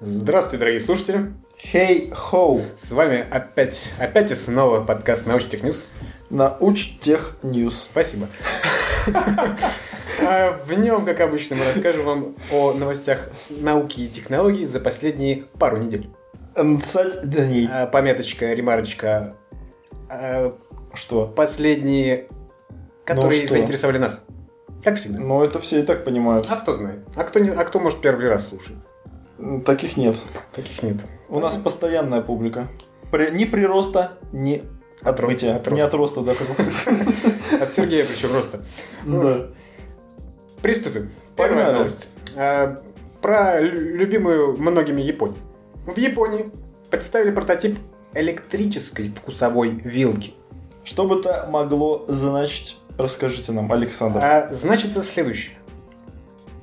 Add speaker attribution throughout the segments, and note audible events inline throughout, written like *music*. Speaker 1: Здравствуйте, дорогие слушатели!
Speaker 2: Хей, хоу!
Speaker 1: С вами опять, опять и снова подкаст «Научтех Ньюс».
Speaker 2: Научтех Ньюс.
Speaker 1: *laughs* Спасибо. А В нем, как обычно, мы расскажем вам о новостях науки и технологий за последние пару недель.
Speaker 2: Мцать дней.
Speaker 1: А, Пометочка, ремарочка. а,
Speaker 2: Что?
Speaker 1: Последние, которые
Speaker 2: что?
Speaker 1: заинтересовали нас. Как всегда.
Speaker 2: Ну, это все и так понимают.
Speaker 1: А кто знает? А кто, не, а кто может, первый раз слушает?
Speaker 2: М, Таких нет.
Speaker 1: Таких нет.
Speaker 2: У нас постоянная публика. При- Ни прироста, ни
Speaker 1: От ро-
Speaker 2: отбытия.
Speaker 1: от
Speaker 2: Не от роста, да,
Speaker 1: *laughs*
Speaker 2: хотел сказать.
Speaker 1: От Сергея причем просто. Ну
Speaker 2: Да.
Speaker 1: Приступим.
Speaker 2: Погнали.
Speaker 1: Первая новость. А, Про лю- любимую многими Японию. В Японии представили прототип электрической вкусовой вилки.
Speaker 2: Что бы это могло значить, расскажите нам, Александр.
Speaker 1: А значит это следующее.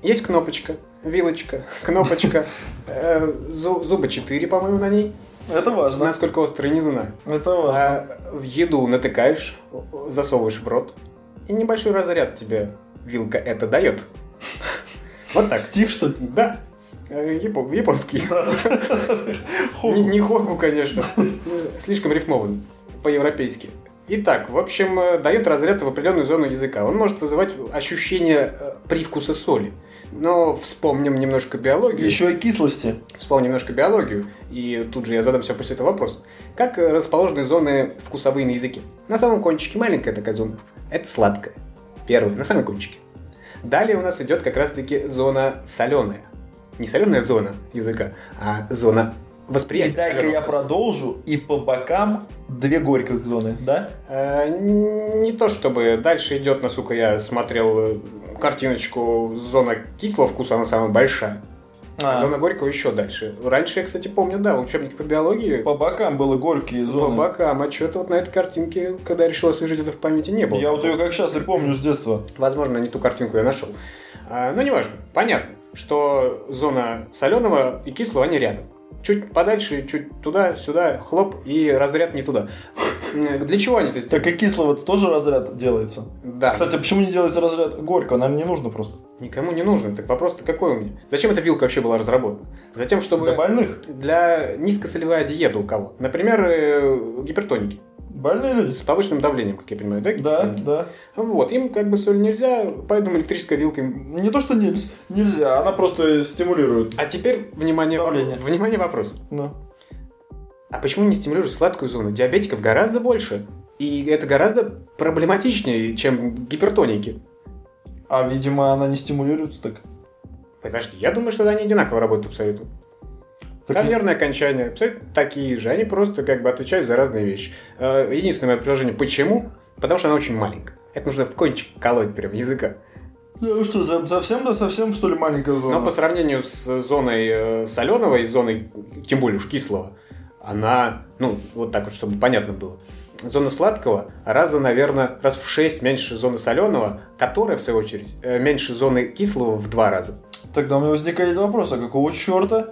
Speaker 1: Есть кнопочка, вилочка, *laughs* кнопочка, э, зу- зуба 4, по-моему, на ней.
Speaker 2: Это важно.
Speaker 1: Насколько острые, не знаю.
Speaker 2: Это важно.
Speaker 1: А в еду натыкаешь, засовываешь в рот, и небольшой разряд тебе вилка это дает. *laughs* Вот так.
Speaker 2: Стих, что ли?
Speaker 1: Да. Э, япо- Японский. *laughs*
Speaker 2: Хо.
Speaker 1: Не, не хогу, конечно. *laughs* Ну, Слишком рифмован по-европейски. Итак, в общем, э, дает разряд в определенную зону языка. Он может вызывать ощущение э, привкуса соли. Но вспомним немножко биологию.
Speaker 2: Еще и кислости.
Speaker 1: Вспомним немножко биологию. И тут же я задам себе после этого вопрос. Как э, расположены зоны вкусовые на языке? На самом кончике маленькая такая зона. Это сладкая. Первая, на самом кончике. Далее у нас идет как раз-таки зона соленая. Не соленая зона языка, а зона
Speaker 2: И
Speaker 1: восприятия.
Speaker 2: дай-ка
Speaker 1: солёного
Speaker 2: я
Speaker 1: вкуса.
Speaker 2: продолжу. И по бокам две горьких зоны, да?
Speaker 1: Э, Не то чтобы дальше идет, насколько я смотрел э, картиночку, зона кислого вкуса, она самая большая. А
Speaker 2: А,
Speaker 1: зона горького еще дальше. Раньше, я, кстати, помню, да, в учебнике по биологии
Speaker 2: По бокам было горькие
Speaker 1: по
Speaker 2: зоны.
Speaker 1: бокам, а что-то вот на этой картинке, когда я решил освежить это в памяти, не было.
Speaker 2: Я вот ее как сейчас и помню с детства.
Speaker 1: Возможно, не ту картинку я нашел. А, но неважно. Понятно, что зона соленого и кислого, они рядом. Чуть подальше, чуть туда-сюда, хлоп, и разряд не туда. Э, Для чего они это
Speaker 2: Так
Speaker 1: сделали?
Speaker 2: и кислого тоже разряд делается.
Speaker 1: Да.
Speaker 2: Кстати, а почему не делается разряд горького? Нам не нужно просто.
Speaker 1: Никому не нужно. Так вопрос-то какой у меня? Зачем эта вилка вообще была разработана? Затем, чтобы
Speaker 2: Для больных.
Speaker 1: для низкосолевая диета у кого? Например, э, гипертоники.
Speaker 2: Больные люди.
Speaker 1: С повышенным давлением, как я понимаю, да?
Speaker 2: Да,
Speaker 1: гипертоники?
Speaker 2: да.
Speaker 1: Вот, им как бы соль нельзя, поэтому электрическая вилка им...
Speaker 2: Не то, что нельзя, нельзя она просто стимулирует.
Speaker 1: А теперь, внимание, воп-
Speaker 2: Давление.
Speaker 1: внимание вопрос.
Speaker 2: Да.
Speaker 1: А почему не стимулируешь сладкую зону? Диабетиков гораздо больше. И это гораздо проблематичнее, чем гипертоники.
Speaker 2: А, видимо, она не стимулируется так.
Speaker 1: Подожди, я думаю, что они одинаково работают абсолютно.
Speaker 2: Так и-
Speaker 1: Конвейерные окончания абсолютно такие же. Они просто как бы отвечают за разные вещи. Э, Единственное мое приложение почему? Потому что она очень маленькая. Это нужно в кончик колоть прям языка.
Speaker 2: Ну что, за- совсем, да, совсем, что ли, маленькая зона?
Speaker 1: Но по сравнению с зоной э, соленого и зоной, тем более уж кислого, она, ну, вот так вот, чтобы понятно было. Зона сладкого раза, наверное, раз в 6 меньше зоны соленого, которая, в свою очередь, э, меньше зоны кислого в два раза.
Speaker 2: Тогда у меня возникает вопрос, а какого черта?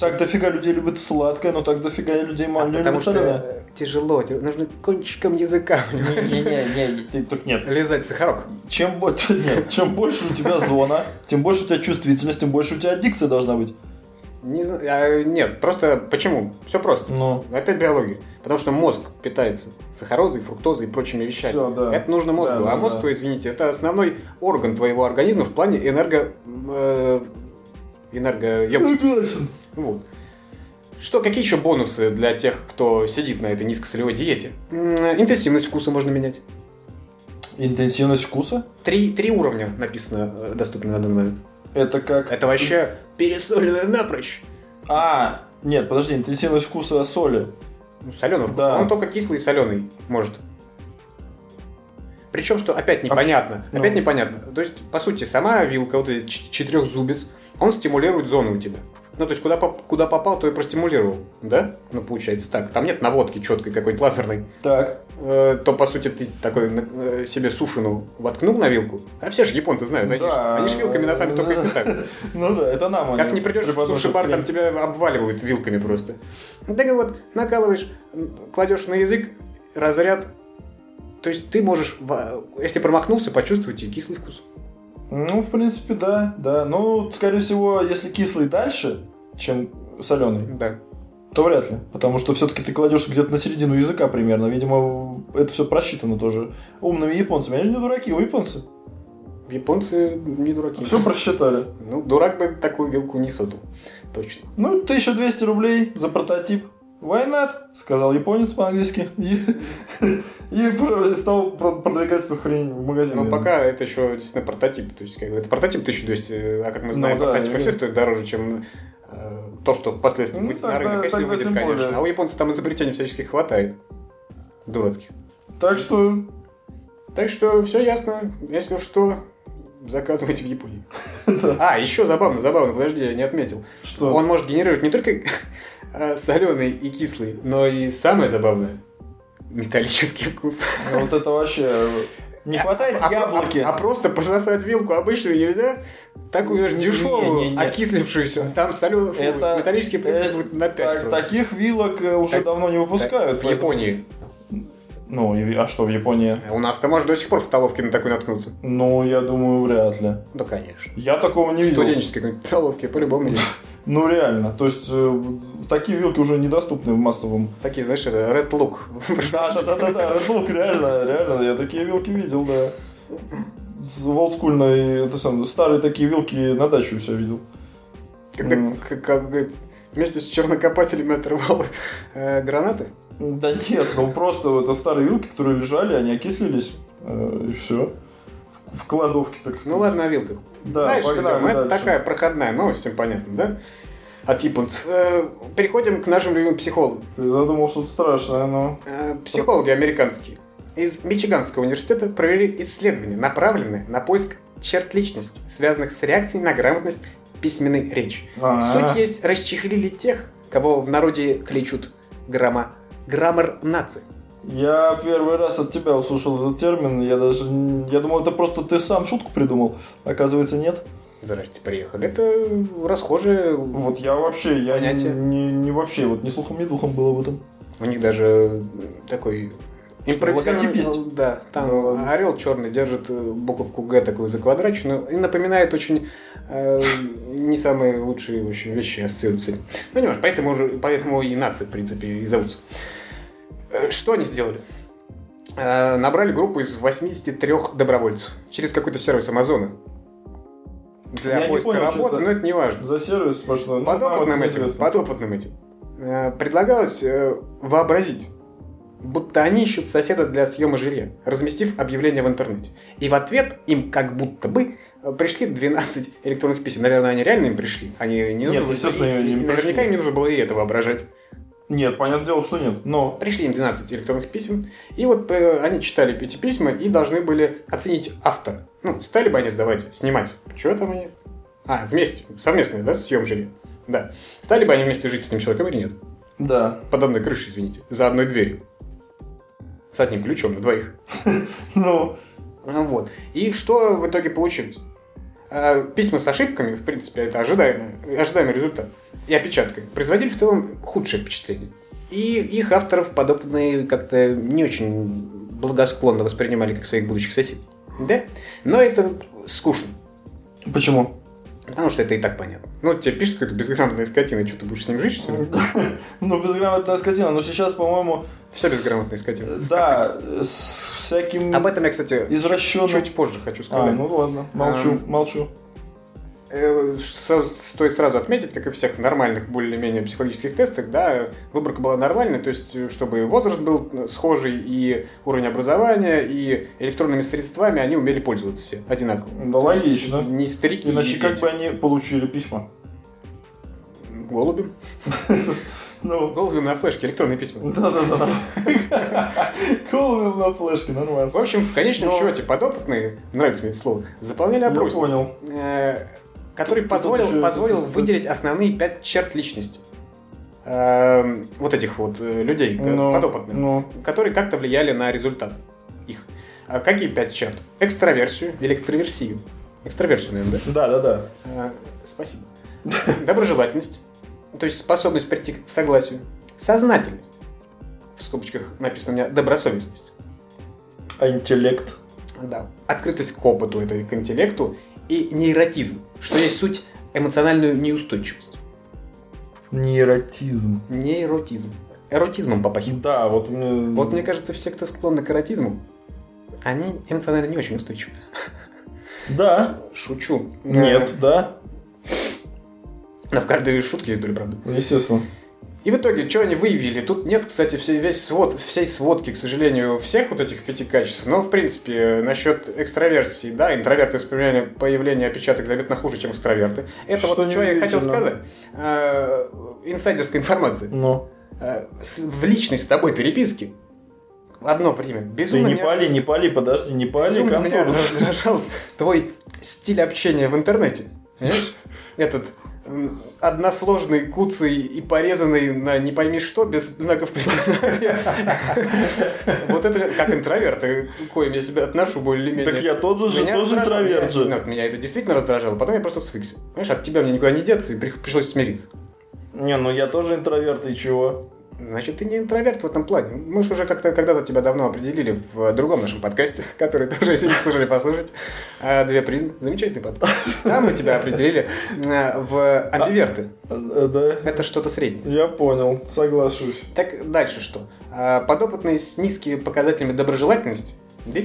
Speaker 2: Так дофига людей любят сладкое, но так дофига людей мало
Speaker 1: А
Speaker 2: не
Speaker 1: потому
Speaker 2: любят
Speaker 1: что *laughs*
Speaker 2: соленое.
Speaker 1: э, тяжело, тебе нужно кончиком языка понимаешь,
Speaker 2: Не-не-не, ты- так нет.
Speaker 1: лизать сахарок.
Speaker 2: Чем, бо- *laughs* нет, чем больше у тебя зона, тем больше у тебя чувствительность, тем больше у тебя аддикция должна быть.
Speaker 1: Не знаю, а, нет, просто почему? Все просто.
Speaker 2: Ну,
Speaker 1: Опять биология. Потому что мозг питается сахарозой, фруктозой и прочими вещами.
Speaker 2: Всё, да.
Speaker 1: Это нужно мозгу.
Speaker 2: Да, да,
Speaker 1: а мозг,
Speaker 2: да.
Speaker 1: твой, извините, это основной орган твоего организма в плане энерго... э, энергоемкости.
Speaker 2: Ну
Speaker 1: Вот. Что, какие еще бонусы для тех, кто сидит на этой низкосолевой диете? М, Интенсивность вкуса можно менять.
Speaker 2: интенсивность вкуса?
Speaker 1: Три, три уровня написано, э, доступно на данный момент.
Speaker 2: Это как...
Speaker 1: Это вообще пересоленное напрочь.
Speaker 2: А, нет, подожди, интенсивность вкуса соли.
Speaker 1: Ну, соленый вкус.
Speaker 2: Да.
Speaker 1: Он только кислый и соленый может. Причем, что опять непонятно.
Speaker 2: ну.
Speaker 1: Опять непонятно. То есть, по сути, сама вилка, вот этот ч- четырехзубец, он стимулирует зону у тебя. Ну, то есть, куда, поп- куда попал, то и простимулировал, да? Ну, получается так. Там нет наводки четкой какой-нибудь лазерной.
Speaker 2: Так,
Speaker 1: Э, то, по сути, ты такой э, себе сушину воткнул на вилку. А все же японцы знают, они, ж,
Speaker 2: Ну Да.
Speaker 1: они ж вилками на самом только и питаются.
Speaker 2: ну да, это нам
Speaker 1: Как
Speaker 2: они
Speaker 1: не придешь в
Speaker 2: преподносят
Speaker 1: суши-бар, там
Speaker 2: хрень.
Speaker 1: тебя обваливают вилками просто. Ну, Так и вот, накалываешь, м, кладешь на язык, разряд. То есть ты можешь, во- если промахнулся, почувствовать и кислый вкус.
Speaker 2: Ну, в принципе, да, да. Ну, скорее всего, если кислый дальше, чем соленый,
Speaker 1: Да.
Speaker 2: то вряд ли. Потому что все-таки ты кладешь где-то на середину языка примерно. Видимо, это все просчитано тоже. Умными японцами. Они же не дураки, у японцы.
Speaker 1: Японцы не дураки.
Speaker 2: Все просчитали.
Speaker 1: Ну, дурак бы такую вилку не создал. Точно.
Speaker 2: Ну, 1200 рублей за прототип. Why not? Сказал японец по-английски. И, и про- стал про- продвигать эту хрень в магазине.
Speaker 1: Но Ну, пока это еще действительно прототип. То есть, как бы, это прототип 1200, а как мы знаем,
Speaker 2: Ну да,
Speaker 1: прототипы
Speaker 2: и-
Speaker 1: все стоят дороже, чем э, то, что впоследствии
Speaker 2: Ну,
Speaker 1: выйдет на
Speaker 2: тогда-
Speaker 1: рынок, если
Speaker 2: тогда
Speaker 1: выйдет,
Speaker 2: тем
Speaker 1: конечно.
Speaker 2: более.
Speaker 1: А у японцев там изобретений всяческих хватает. Дурацких.
Speaker 2: Так что,
Speaker 1: Так что все ясно. Если что, заказывайте в Японии.
Speaker 2: *laughs* да,
Speaker 1: А, еще забавно, забавно, подожди, я не отметил.
Speaker 2: что?
Speaker 1: Он может генерировать не только *laughs* соленый и кислый, но и самое забавное металлический вкус.
Speaker 2: Ну, Вот это вообще... Не хватает
Speaker 1: А- а-
Speaker 2: яблоки.
Speaker 1: А, просто пососать вилку обычную нельзя? Такую даже
Speaker 2: Не-
Speaker 1: дешевую,
Speaker 2: не- не- не.
Speaker 1: окислившуюся. Там соленый
Speaker 2: Это-
Speaker 1: металлический привкус
Speaker 2: э,
Speaker 1: будет на 5
Speaker 2: Так- таких вилок э, уже
Speaker 1: Так-
Speaker 2: давно не выпускают.
Speaker 1: В Японии.
Speaker 2: поэтому- Ну, и- а что в Японии?
Speaker 1: У нас-то можно до сих пор в столовке на такой наткнуться.
Speaker 2: Ну, я думаю, вряд ли.
Speaker 1: Да, конечно.
Speaker 2: Я такого не
Speaker 1: в
Speaker 2: видел.
Speaker 1: студенческой какой-нибудь столовке по-любому есть.
Speaker 2: Ну, реально. То есть, э, такие вилки уже недоступны в массовом...
Speaker 1: Такие, знаешь, это Red Look.
Speaker 2: *laughs*
Speaker 1: *laughs*
Speaker 2: Да-да-да-да, Red реально, реально. Я такие вилки видел, да. С олдскульной, это сам, старые такие вилки на дачу все видел.
Speaker 1: Когда,
Speaker 2: Мгм.
Speaker 1: к- как говорит, вместе с чернокопателями отрывал э, гранаты.
Speaker 2: Да нет, ну просто вот это старые вилки, которые лежали, они окислились, э, и все. В кладовке, так сказать.
Speaker 1: Ну ладно, о вилках.
Speaker 2: Да,
Speaker 1: дальше
Speaker 2: погнали
Speaker 1: идем. Это
Speaker 2: дальше.
Speaker 1: такая проходная новость, всем понятно, да? От японцев. Э, переходим к нашим любимым психологам.
Speaker 2: Ты задумал что-то страшное, ну. но...
Speaker 1: Э, психологи американские из Мичиганского университета провели исследование, направленное на поиск черт личности, связанных с реакцией на грамотность письменной речи.
Speaker 2: А,
Speaker 1: Суть есть расчехлили тех, кого в народе кличут грамма, граммар нации.
Speaker 2: Я первый раз от тебя услышал этот термин, я даже... н- Я думал, это просто ты сам шутку придумал. Оказывается, нет.
Speaker 1: Здрасте, приехали. Это расхожее.
Speaker 2: Вот я вообще, я не,
Speaker 1: Понятие.
Speaker 2: не- не вообще, вот ни слухом, ни духом был об этом.
Speaker 1: У них даже такой импровизированный-
Speaker 2: логотип есть?
Speaker 1: ну, Да, там
Speaker 2: Да ладно.
Speaker 1: орел черный держит э, буковку Г такую заквадраченную и напоминает очень э, не самые лучшие в общем, вещи ассоциируются. с этим. Ну, не важно, поэтому, уже- поэтому и нации, в принципе, и зовутся. Э, Что они сделали? Э, Набрали группу из 83 добровольцев через какой-то сервис Амазона для
Speaker 2: Я не
Speaker 1: поиска
Speaker 2: понял, что
Speaker 1: работы,
Speaker 2: это.
Speaker 1: но это не важно.
Speaker 2: За сервис, потому что... ну,
Speaker 1: Подопытным
Speaker 2: нам
Speaker 1: этим,
Speaker 2: известно.
Speaker 1: подопытным этим э, предлагалось э, вообразить, будто они ищут соседа для съема жилья, разместив объявление в интернете. И в ответ им как будто бы э, пришли 12 электронных писем. Наверное, они реально им пришли. Они не
Speaker 2: Нет,
Speaker 1: нужно было-
Speaker 2: естественно,
Speaker 1: и-
Speaker 2: им не
Speaker 1: и Наверняка
Speaker 2: пришли.
Speaker 1: им не нужно было и это воображать.
Speaker 2: Нет, понятное дело, что нет, но...
Speaker 1: Пришли им 12 электронных писем, и вот э, они читали эти письма и должны были оценить автора. Ну, стали бы они сдавать, снимать. Чего там они? А, вместе, совместные, да, съем жили. Да. Стали бы они вместе жить с этим человеком или нет?
Speaker 2: Да. *laughs*
Speaker 1: Под одной крышей, извините, за одной дверью. С одним ключом на двоих.
Speaker 2: Ну,
Speaker 1: Ну Вот. И что в итоге получилось? Э, Письма с ошибками, в принципе, это ожидаемый, ожидаемый результат. И опечаткой. Производили в целом худшее впечатление. И их авторов подобные как-то не очень благосклонно воспринимали как своих будущих соседей. Да? Но это скучно.
Speaker 2: почему? *laughs*
Speaker 1: Потому что это и так понятно. Ну, тебе пишет какой-то безграмотная скотина, и что ты будешь с ним жить, что ли?
Speaker 2: Ну, безграмотная скотина. Но сейчас, по-моему...
Speaker 1: Все
Speaker 2: с-
Speaker 1: безграмотная скотина.
Speaker 2: Да, с всяким
Speaker 1: Об этом я, кстати,
Speaker 2: извращенным...
Speaker 1: чуть позже хочу
Speaker 2: А,
Speaker 1: сказать.
Speaker 2: ну ладно, молчу,
Speaker 1: Эм.
Speaker 2: молчу.
Speaker 1: Э, со- Стоит сразу отметить, как и всех нормальных более-менее психологических тестах, да, выборка была нормальная, то есть э, чтобы возраст был э, схожий и уровень образования, и электронными средствами они умели пользоваться все одинаково.
Speaker 2: Ну, Да, логично.
Speaker 1: Не старики,
Speaker 2: Иначе
Speaker 1: не
Speaker 2: как
Speaker 1: дети.
Speaker 2: бы они получили письма?
Speaker 1: Голубем.
Speaker 2: Ну, *laughs*
Speaker 1: Голубем на флешке, электронные письма. *laughs*
Speaker 2: да-да-да. Голубем на флешке, нормально.
Speaker 1: В общем, в конечном
Speaker 2: Но-
Speaker 1: счете подопытные, нравится мне это слово, заполняли
Speaker 2: Я
Speaker 1: опрос.
Speaker 2: понял.
Speaker 1: э, который
Speaker 2: Тут- тут
Speaker 1: позволил,
Speaker 2: еще
Speaker 1: позволил
Speaker 2: соответствует-
Speaker 1: выделить основные пять черт личности. Эм, вот этих вот э, людей, э,
Speaker 2: Ну,
Speaker 1: подопытных,
Speaker 2: ну,
Speaker 1: которые как-то влияли на результат их. А какие пять черт? Экстраверсию или экстраверсию? Экстраверсию, наверное,
Speaker 2: да-да-да.
Speaker 1: да? Э, спасибо. *laughs* Доброжелательность, то есть способность прийти к согласию. Сознательность, в скобочках написано у меня добросовестность.
Speaker 2: А интеллект?
Speaker 1: Да. Открытость к опыту, это и к интеллекту, и нейротизм, что есть суть эмоциональную неустойчивость.
Speaker 2: Нейротизм.
Speaker 1: Не эротизм. Эротизмом попахивает.
Speaker 2: Да, вот мне...
Speaker 1: Вот мне кажется, все, кто склонны к эротизму, они эмоционально не очень устойчивы.
Speaker 2: Да.
Speaker 1: Шучу.
Speaker 2: Нет, да.
Speaker 1: Но в каждой шутке есть доля правды.
Speaker 2: Естественно.
Speaker 1: И в итоге, что они выявили? Тут нет, кстати, всей, весь свод, всей сводки, к сожалению, всех вот этих пяти качеств. Но, в принципе, насчет экстраверсии, да, интроверты воспринимали появление опечаток заметно хуже, чем экстраверты. Это
Speaker 2: Что
Speaker 1: вот что я хотел
Speaker 2: неудивительно.
Speaker 1: сказать. Э, инсайдерская информация.
Speaker 2: Ну.
Speaker 1: Э, с- в личной с тобой переписке одно время
Speaker 2: Ты
Speaker 1: безумно
Speaker 2: не
Speaker 1: меня-
Speaker 2: пали, не пали, подожди, не пали,
Speaker 1: безумно меня
Speaker 2: контору.
Speaker 1: раздражал твой стиль общения в интернете. Понимаешь? Этот м, односложный, куцый и порезанный на не пойми что, без знаков
Speaker 2: *laughs*
Speaker 1: препинания. Вот это как интроверт, к коим я себя отношу более-менее.
Speaker 2: *laughs* Так я тот же,
Speaker 1: Меня
Speaker 2: тоже
Speaker 1: раздражало,
Speaker 2: интроверт
Speaker 1: меня-
Speaker 2: же.
Speaker 1: ну, Меня это действительно раздражало, потом я просто свыкся. Понимаешь, от тебя мне никуда не деться, и при- пришлось смириться.
Speaker 2: Не, ну я тоже интроверт, и чего?
Speaker 1: Значит, ты не интроверт в этом плане. Мы же уже как-то когда-то тебя давно определили в э, другом нашем подкасте, *laughs* который тоже, если не слышали, послушать. А, Две призмы. Замечательный подкаст. Там мы тебя определили э, в амбиверты.
Speaker 2: Э, э, Да.
Speaker 1: Это что-то среднее.
Speaker 2: Я понял, соглашусь.
Speaker 1: Так, дальше что? А, Подопытные с низкими показателями доброжелательности да,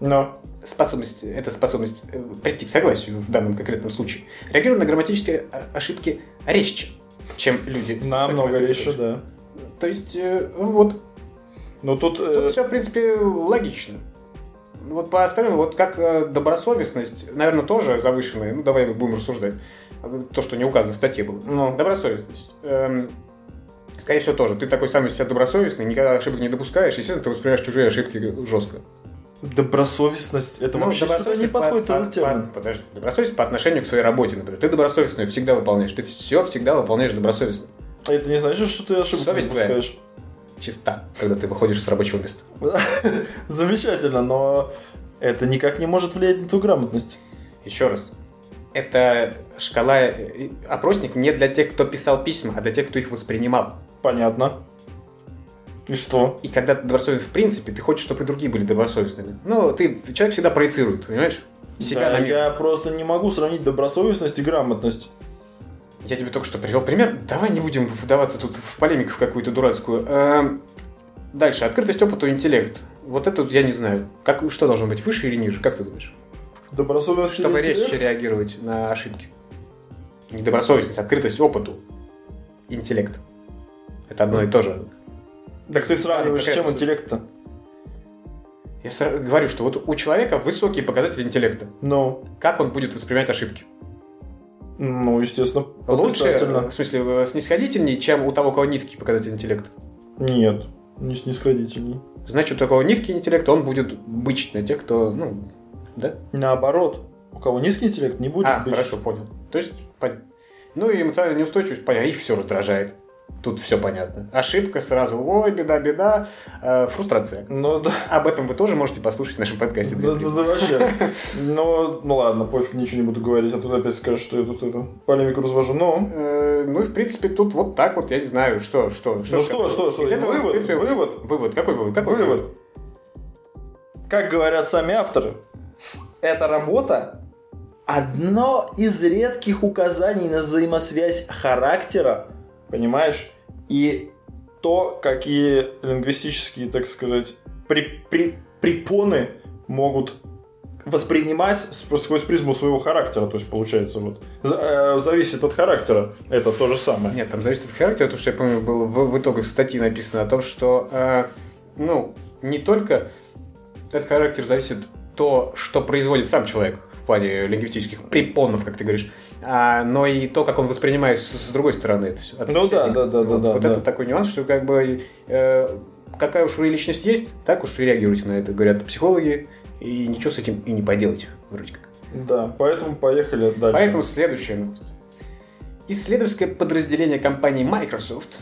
Speaker 2: Но.
Speaker 1: способность, это способность э, прийти к согласию в данном конкретном случае, реагируют на грамматические э, ошибки резче, чем люди. с
Speaker 2: Намного
Speaker 1: высоким
Speaker 2: резче,
Speaker 1: интеллектом.
Speaker 2: да.
Speaker 1: То есть, э, вот,
Speaker 2: Ну тут... э,
Speaker 1: Тут все, в принципе, логично. Вот по остальным, вот как э, добросовестность, наверное, тоже завышенная. Ну, давай будем рассуждать. А, То, что не указано в статье было.
Speaker 2: Ну.
Speaker 1: Добросовестность. Эм, скорее всего, тоже. Ты такой сам из себя добросовестный, никогда ошибок не допускаешь. Естественно, ты воспринимаешь чужие ошибки жестко.
Speaker 2: Добросовестность, это
Speaker 1: Ну,
Speaker 2: вообще сюда не
Speaker 1: добросовестность по-
Speaker 2: подходит
Speaker 1: по-
Speaker 2: этот термин.
Speaker 1: по- Подожди. Добросовестность по отношению к своей работе, например. Ты добросовестную всегда выполняешь. Ты все всегда выполняешь добросовестно.
Speaker 2: А Это не значит, что ты ошибку не
Speaker 1: Совесть твоя.
Speaker 2: допускаешь.
Speaker 1: Чисто, когда ты выходишь с рабочего места.
Speaker 2: *laughs* Замечательно, но это никак не может влиять на твою грамотность.
Speaker 1: Еще раз. Это шкала, э, опросник не для тех, кто писал письма, а для тех, кто их воспринимал.
Speaker 2: Понятно. И что?
Speaker 1: И когда ты добросовестный, в принципе, ты хочешь, чтобы и другие были добросовестными. Ну, ты, человек всегда проецирует, понимаешь? Себя
Speaker 2: Да,
Speaker 1: на мир. Я...
Speaker 2: Я просто не могу сравнить добросовестность и грамотность.
Speaker 1: тебе только что привел пример. Давай не будем вдаваться тут в полемику в какую-то дурацкую. Эм, Дальше. Открытость опыту, интеллект. Вот это вот я не знаю. Как, что должно быть, выше или ниже? Как ты думаешь?
Speaker 2: Добросовестность
Speaker 1: Чтобы
Speaker 2: или интеллект?
Speaker 1: резче реагировать на ошибки. Недобросовестность, открытость опыту. Интеллект. Это одно и то же.
Speaker 2: Так ты сравниваешь
Speaker 1: Да,
Speaker 2: с чем
Speaker 1: какая-то-
Speaker 2: интеллект-то?
Speaker 1: Я сра- говорю, что вот у человека высокие показатели интеллекта.
Speaker 2: Ну,
Speaker 1: Как он будет воспринимать ошибки?
Speaker 2: ну, естественно,
Speaker 1: Лучше, э,
Speaker 2: отрицательно.
Speaker 1: в смысле, э, снисходительнее, чем у того, у кого низкий показатель интеллекта.
Speaker 2: Нет, не снисходительней.
Speaker 1: Значит, у такого низкий интеллект, он будет бычить на тех, кто, ну, да?
Speaker 2: Наоборот, у кого низкий интеллект, не будет
Speaker 1: а,
Speaker 2: быть.
Speaker 1: хорошо, понял. То есть, пон- ну и эмоциональная неустойчивость, понятно, их все раздражает. Тут все понятно. Ошибка сразу, ой, беда, беда, Э, фрустрация.
Speaker 2: Ну, да,
Speaker 1: Об этом вы тоже можете послушать в нашем подкасте.
Speaker 2: Да, да, да, вообще.
Speaker 1: *laughs*
Speaker 2: Ну, ну ладно, пофиг, ничего не буду говорить, а тут опять скажешь, что я тут это, полемику развожу. Ну,
Speaker 1: Э, Ну и в принципе тут вот так вот, я не знаю, что, что, что.
Speaker 2: ну
Speaker 1: ж
Speaker 2: что,
Speaker 1: такое.
Speaker 2: что, что,
Speaker 1: Из этого, в
Speaker 2: вывод,
Speaker 1: принципе,
Speaker 2: вывод,
Speaker 1: Вывод, какой вывод? Какой
Speaker 2: вывод. Как говорят сами авторы, с- эта работа одно из редких указаний на взаимосвязь характера, понимаешь, и то, какие лингвистические, так сказать, при- при- препоны могут воспринимать сп- сквозь призму своего характера, то есть получается вот за- э, зависит от характера, это то же самое.
Speaker 1: Нет, там зависит от характера, потому что я помню, было в, в итогах статьи написано о том, что, э, ну, не только от характера зависит то, что производит сам человек в плане лингвистических препонов, как ты говоришь, а, но и то, как он воспринимает с, с другой стороны это все.
Speaker 2: Ну да, да, да, да,
Speaker 1: вот,
Speaker 2: да,
Speaker 1: Вот
Speaker 2: да.
Speaker 1: это такой нюанс, что как бы э, какая уж вы личность есть, так уж и реагируйте на это, говорят психологи, и ничего с этим и не поделать, вроде как.
Speaker 2: Да, поэтому поехали дальше.
Speaker 1: Поэтому следующая новость. Исследовательское подразделение компании Microsoft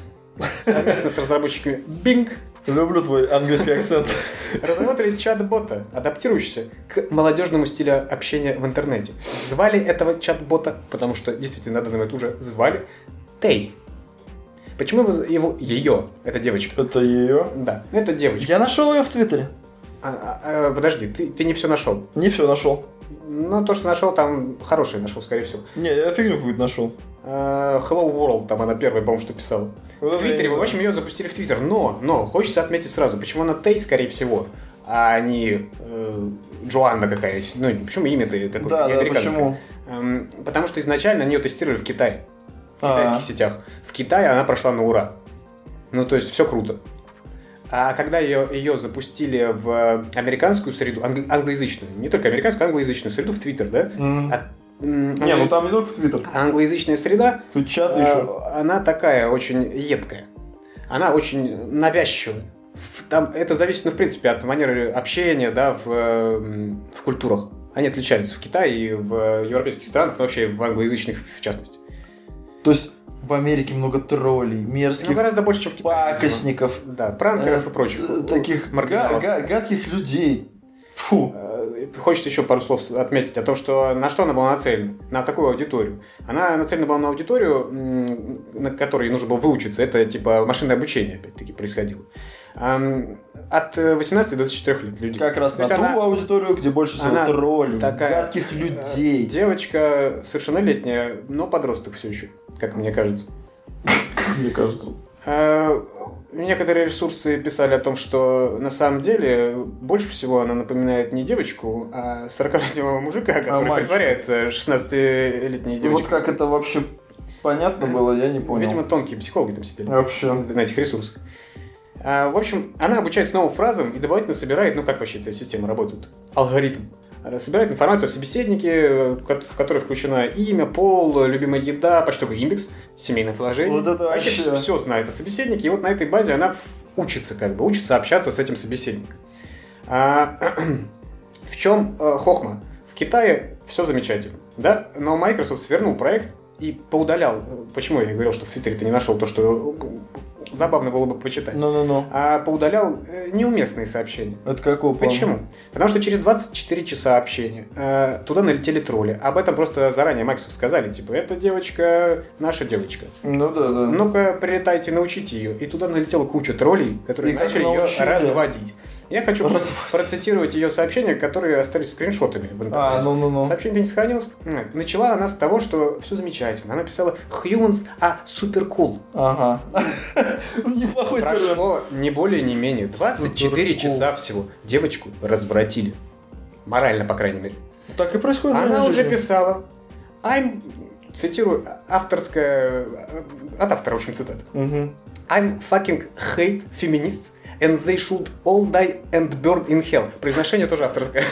Speaker 1: совместно с разработчиками Bing
Speaker 2: Люблю твой английский акцент.
Speaker 1: *laughs* разработали чат-бота, адаптирующийся к молодежному стилю общения в интернете. Звали этого чат-бота, потому что действительно на данный момент уже звали Тей. Почему его, его- ее, эта девочка?
Speaker 2: Это ее.
Speaker 1: Да, это девочка.
Speaker 2: Я нашел ее в Твиттере.
Speaker 1: А, а, а, подожди, ты, ты не Ну, все нашел.
Speaker 2: Не все нашел.
Speaker 1: Но то, что нашел, там хорошее нашел, скорее всего.
Speaker 2: Не, я фигню какую-то нашел.
Speaker 1: А, э, Hello World, там она первая, по-моему, что писала.
Speaker 2: Вот
Speaker 1: в
Speaker 2: это я не
Speaker 1: Твиттере, в
Speaker 2: знаю.
Speaker 1: общем, ее запустили в Твиттер, но, но, хочется отметить сразу, почему она Тей, скорее всего, а не э, Джоанна какая-нибудь. Ну, почему имя-то такое?
Speaker 2: Да,
Speaker 1: не
Speaker 2: да,
Speaker 1: американское.
Speaker 2: почему?
Speaker 1: Эм, потому что изначально они ее тестировали в Китае, в
Speaker 2: А.
Speaker 1: китайских сетях. В Китае она прошла на ура. Ну, то есть, все круто. А когда ее, ее запустили в э, американскую среду, англи- англоязычную, не только американскую, а англоязычную среду, в Твиттер, да?
Speaker 2: Мгм.
Speaker 1: А, м,
Speaker 2: Не,
Speaker 1: англи-
Speaker 2: ну там не только в Твиттер.
Speaker 1: Англоязычная среда,
Speaker 2: Тут чат
Speaker 1: э,
Speaker 2: еще.
Speaker 1: она такая очень едкая. Она очень навязчивая. В- Там это зависит, ну, в принципе, от манеры общения, да, в, э, м, в культурах. Они отличаются в Китае и в э, европейских странах, но вообще в англоязычных в частности.
Speaker 2: То есть в Америке много троллей,
Speaker 1: Ну,
Speaker 2: мерзких
Speaker 1: гораздо больше, чем в Китае.
Speaker 2: пакостников,
Speaker 1: видимо. Да, пранкеров
Speaker 2: э,
Speaker 1: и прочих.
Speaker 2: э, таких га-
Speaker 1: маргиналов.
Speaker 2: га- гадких людей. Фу.
Speaker 1: Э, Хочется еще пару слов отметить о том, что на что она была нацелена, на такую аудиторию. Она нацелена была на аудиторию, м, на которой ей нужно было выучиться. Это типа машинное обучение, опять-таки, происходило. Ам, От э, 18 до 24 лет людей.
Speaker 2: Как раз
Speaker 1: То
Speaker 2: на
Speaker 1: есть
Speaker 2: ту
Speaker 1: она-
Speaker 2: аудиторию, где больше всего
Speaker 1: она
Speaker 2: троллей,
Speaker 1: такая,
Speaker 2: гадких
Speaker 1: э,
Speaker 2: людей.
Speaker 1: Девочка совершеннолетняя, но подросток все еще, как мне кажется.
Speaker 2: Мне кажется.
Speaker 1: Э, Некоторые ресурсы писали о том, что на самом деле больше всего она напоминает не девочку, а 40-летнего мужика, который
Speaker 2: А мальчика.
Speaker 1: притворяется 16-летней девочкой.
Speaker 2: Вот как это вообще понятно было, я не понял.
Speaker 1: Видимо, тонкие психологи там сидели
Speaker 2: Вообще.
Speaker 1: на этих ресурсах. А, в общем, она обучается новым фразам и дополнительно собирает, ну как вообще эта система работает, алгоритм. А, Собирает информацию о собеседнике, э, в ко- в которой включено имя, пол, э, любимая еда, почтовый индекс, семейное положение.
Speaker 2: Вот это вообще.
Speaker 1: все знает о собеседнике, и вот на этой базе она в- учится как бы, учится общаться с этим собеседником. А, в чем э, хохма? В Китае все замечательно, да? Но Microsoft свернул проект и поудалял. Почему я говорил, что в Твиттере ты не нашел то, что э, забавно было бы почитать?
Speaker 2: Ну-ну-ну.
Speaker 1: А поудалял э, неуместные сообщения.
Speaker 2: Это какого плана?
Speaker 1: Почему? Потому что через 24 часа общения э, туда налетели тролли. Об этом просто заранее Microsoft сказали, типа, эта девочка наша девочка.
Speaker 2: Ну да, да.
Speaker 1: Ну-ка, прилетайте, научите ее. И туда налетела куча троллей, которые
Speaker 2: И как
Speaker 1: начали
Speaker 2: научили?
Speaker 1: ее разводить. Я хочу про-
Speaker 2: Разводить.
Speaker 1: процитировать ее сообщения, которые остались скриншотами в интернете.
Speaker 2: а, ну-ну-ну.
Speaker 1: Сообщение не сохранилось. Нет. Начала она с того, что все замечательно. Она писала а «Humans are super cool». *laughs*
Speaker 2: Ага.
Speaker 1: Ну,
Speaker 2: Неплохой термин.
Speaker 1: Прошло не более, не менее. 24
Speaker 2: Super cool.
Speaker 1: часа всего. Девочку развратили. Морально, по крайней мере.
Speaker 2: Так и происходит в
Speaker 1: Она
Speaker 2: реальной
Speaker 1: уже
Speaker 2: жизни.
Speaker 1: писала. I'm, цитирую, авторская, э, от автора, в общем, цитата.
Speaker 2: Мгм.
Speaker 1: I'm fucking hate feminists and they should all die and burn in hell. Произношение тоже авторское.